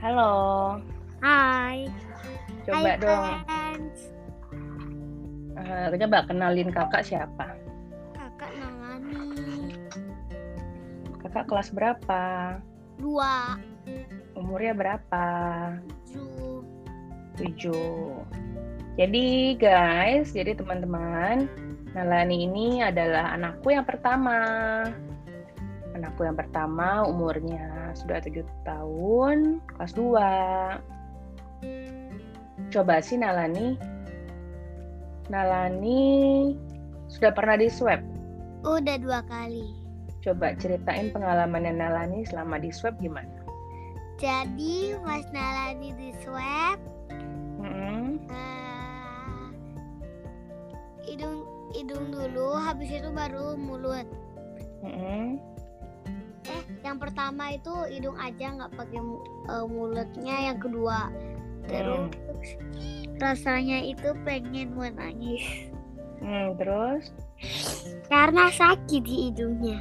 Halo. Hai. Coba Hai, dong. friends. eh, coba kenalin kakak siapa? Kakak Nalani. Kakak kelas berapa? Dua. Umurnya berapa? Ju. Tujuh. Jadi guys, jadi teman-teman, Nalani ini adalah anakku yang pertama. Anakku yang pertama umurnya sudah tujuh tahun, kelas 2. Coba sih Nalani. Nalani sudah pernah di swab. oh, Udah dua kali. Coba ceritain pengalaman Nalani selama di swab gimana? Jadi Mas Nalani di swab. Mm-mm. eh, hidung hidung dulu, habis itu baru mulut. Mm-mm. Eh, yang pertama itu hidung aja nggak pakai mu- eh, mulutnya. Yang kedua Hmm. terus rasanya itu pengen menangis Mm, terus? karena sakit di hidungnya.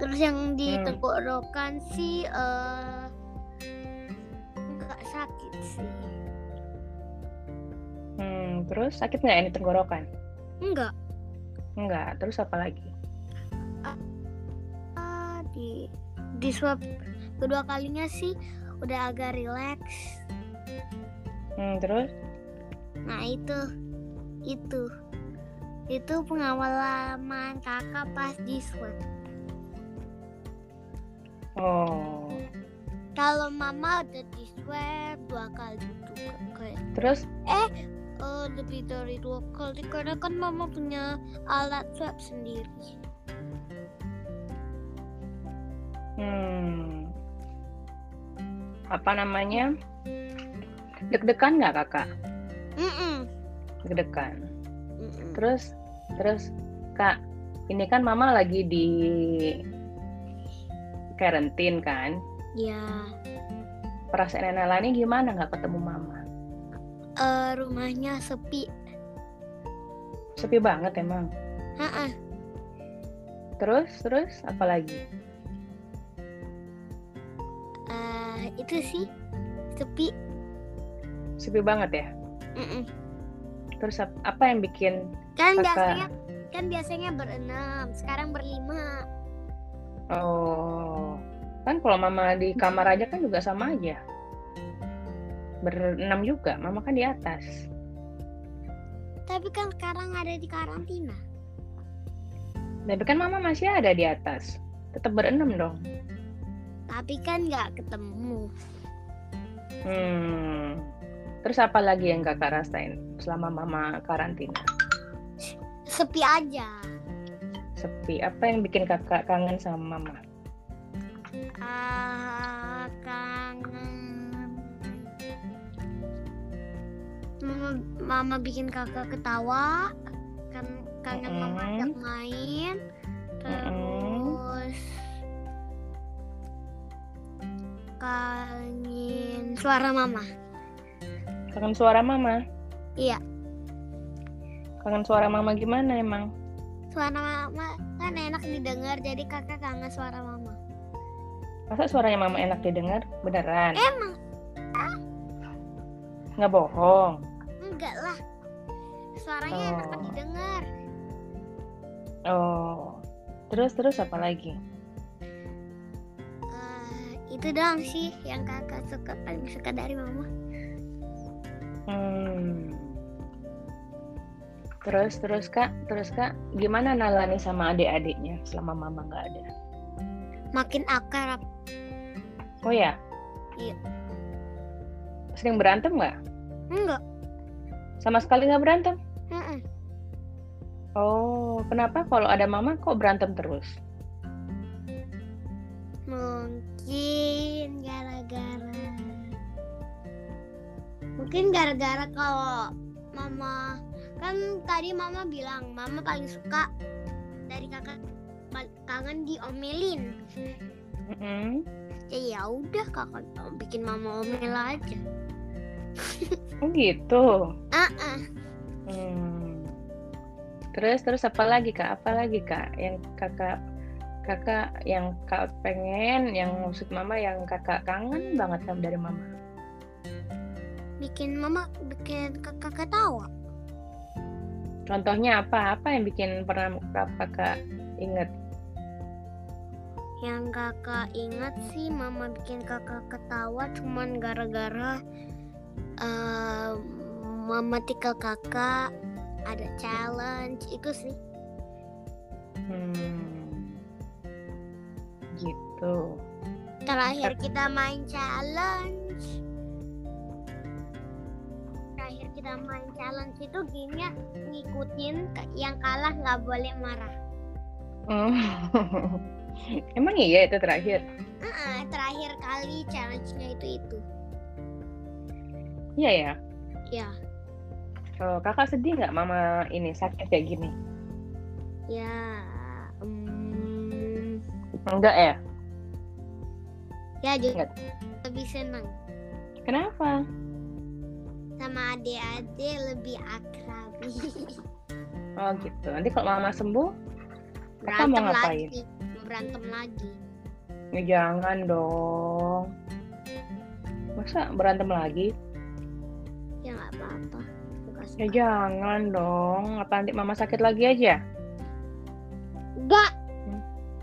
Terus yang di Hmm. tenggorokan sih eh, nggak sakit sih. Hmm, terus sakit nggak ini tenggorokan? Enggak. Enggak. Terus apa lagi? Ah, di di swab kedua kalinya sih udah agak rileks. Hmm, terus? Nah itu itu itu pengalaman kakak pas di swab. Oh. Kalau mama udah di swab dua kali juga kayak Terus? eh, lebih dari dua kali karena kan mama punya alat swab sendiri. Hmm. Apa namanya? Deg-degan nggak kakak? Mm-mm. Deg-degan. Mm-mm. Terus? Terus? Kak, ini kan mama lagi di karantin kan? Ya Perasaan Nalani gimana nggak ketemu mama? eh, rumahnya sepi. Sepi banget emang. Ha-ha. Terus? Terus? Apa lagi? Eh, itu sih sepi. Sepi banget ya? Mm-mm. Terus ap- apa yang bikin Kan Kakak. biasanya kan biasanya berenam, sekarang berlima. Oh, kan kalau mama di kamar aja kan juga sama aja. Berenam juga, mama kan di atas. Tapi kan sekarang ada di karantina. Tapi kan mama masih ada di atas. Tetap berenam dong. Tapi kan nggak ketemu. Hmm. Terus apa lagi yang kakak rasain selama mama karantina? Sepi aja. Sepi. Apa yang bikin kakak kangen sama mama? Ah, kangen. Mama, mama bikin kakak ketawa. Kan kangen mama Mm-mm. ajak main. Mm-mm. Terus kangen suara mama. Kangen suara mama? Iya. Kangen suara mama gimana emang? Suara mama kan enak didengar jadi kakak kangen suara mama. Masa suaranya mama enak didengar? Beneran? Emang Nggak bohong. enggak lah. Suaranya enak Oh. didengar. Oh. Terus-terus apa lagi? Eh, itu doang sih yang kakak suka paling suka dari mama. Hmm. Terus terus kak, terus kak, gimana Nalani sama adik-adiknya selama mama nggak ada? Makin akrab. Oh ya? Iya. Sering berantem nggak? Enggak. Sama sekali nggak berantem? Mm-mm. Oh, kenapa kalau ada mama kok berantem terus? Mungkin gara-gara Mungkin gara-gara kalau mama kan tadi mama bilang mama paling suka dari kakak pal- kangen diomelin. Mm-mm. Ya ya udah kakak bikin mama omel aja. Oh gitu. Ah ah. Hmm. Terus terus apa lagi kak? Apa lagi kak yang kakak kakak yang kak pengen, yang maksud mama yang kakak kangen banget sama dari mama? bikin mama bikin kakak ketawa Contohnya apa? Apa yang bikin pernah kak- kakak inget? yang kakak ingat sih mama bikin kakak ketawa cuman gara-gara eh, mama tika kakak ada challenge itu sih Hmm, gitu. terakhir kita main challenge terakhir kita main challenge itu gamenya ngikutin ke- yang kalah nggak boleh marah Emang iya itu terakhir? Ah, terakhir kali challenge-nya itu itu Iya ya. ya Oh, kakak sedih nggak mama ini sakit kayak gini? ya mm, Enggak ya? ya jadi Ingat. lebih senang Kenapa? sama adik-adik lebih akrab Oh gitu. Nanti kalau mama sembuh, kakak berantem mau ngapain? lagi mau berantem lagi Ya, jangan dong. Masa berantem lagi? ya nggak apa-apa Suka Ya -suka. jangan dong. Apa nanti mama sakit lagi aja? nggak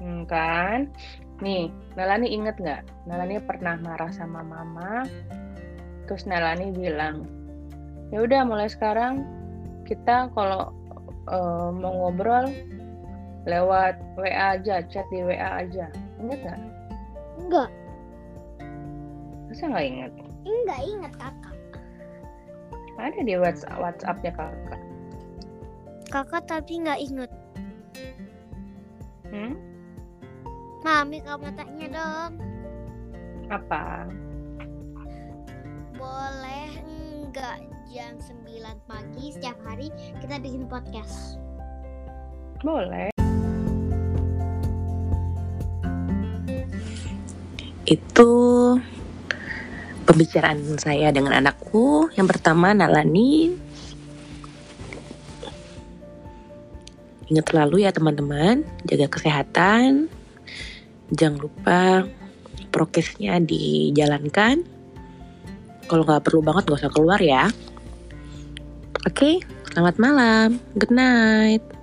Hmm, kan? Nih, Nalani inget nggak? Nalani pernah marah sama mama. Terus Nalani bilang, ya udah mulai sekarang kita kalau eh, mau ngobrol lewat WA aja, chat di WA aja. Ingat nggak? nggak Masa nggak inget? nggak ingat kakak Ada di WhatsApp WhatsAppnya kakak. kakak tapi nggak ingat Hmm? mami kamu Nah, tanya dong Apa? boleh nggak jam 9 pagi setiap hari kita bikin podcast Boleh. itu pembicaraan saya dengan anakku. Yang pertama Nalani. Ingat selalu ya teman-teman, jaga kesehatan. Jangan lupa prokesnya dijalankan. Kalau nggak perlu banget nggak usah keluar ya. Oke, selamat malam. Good night.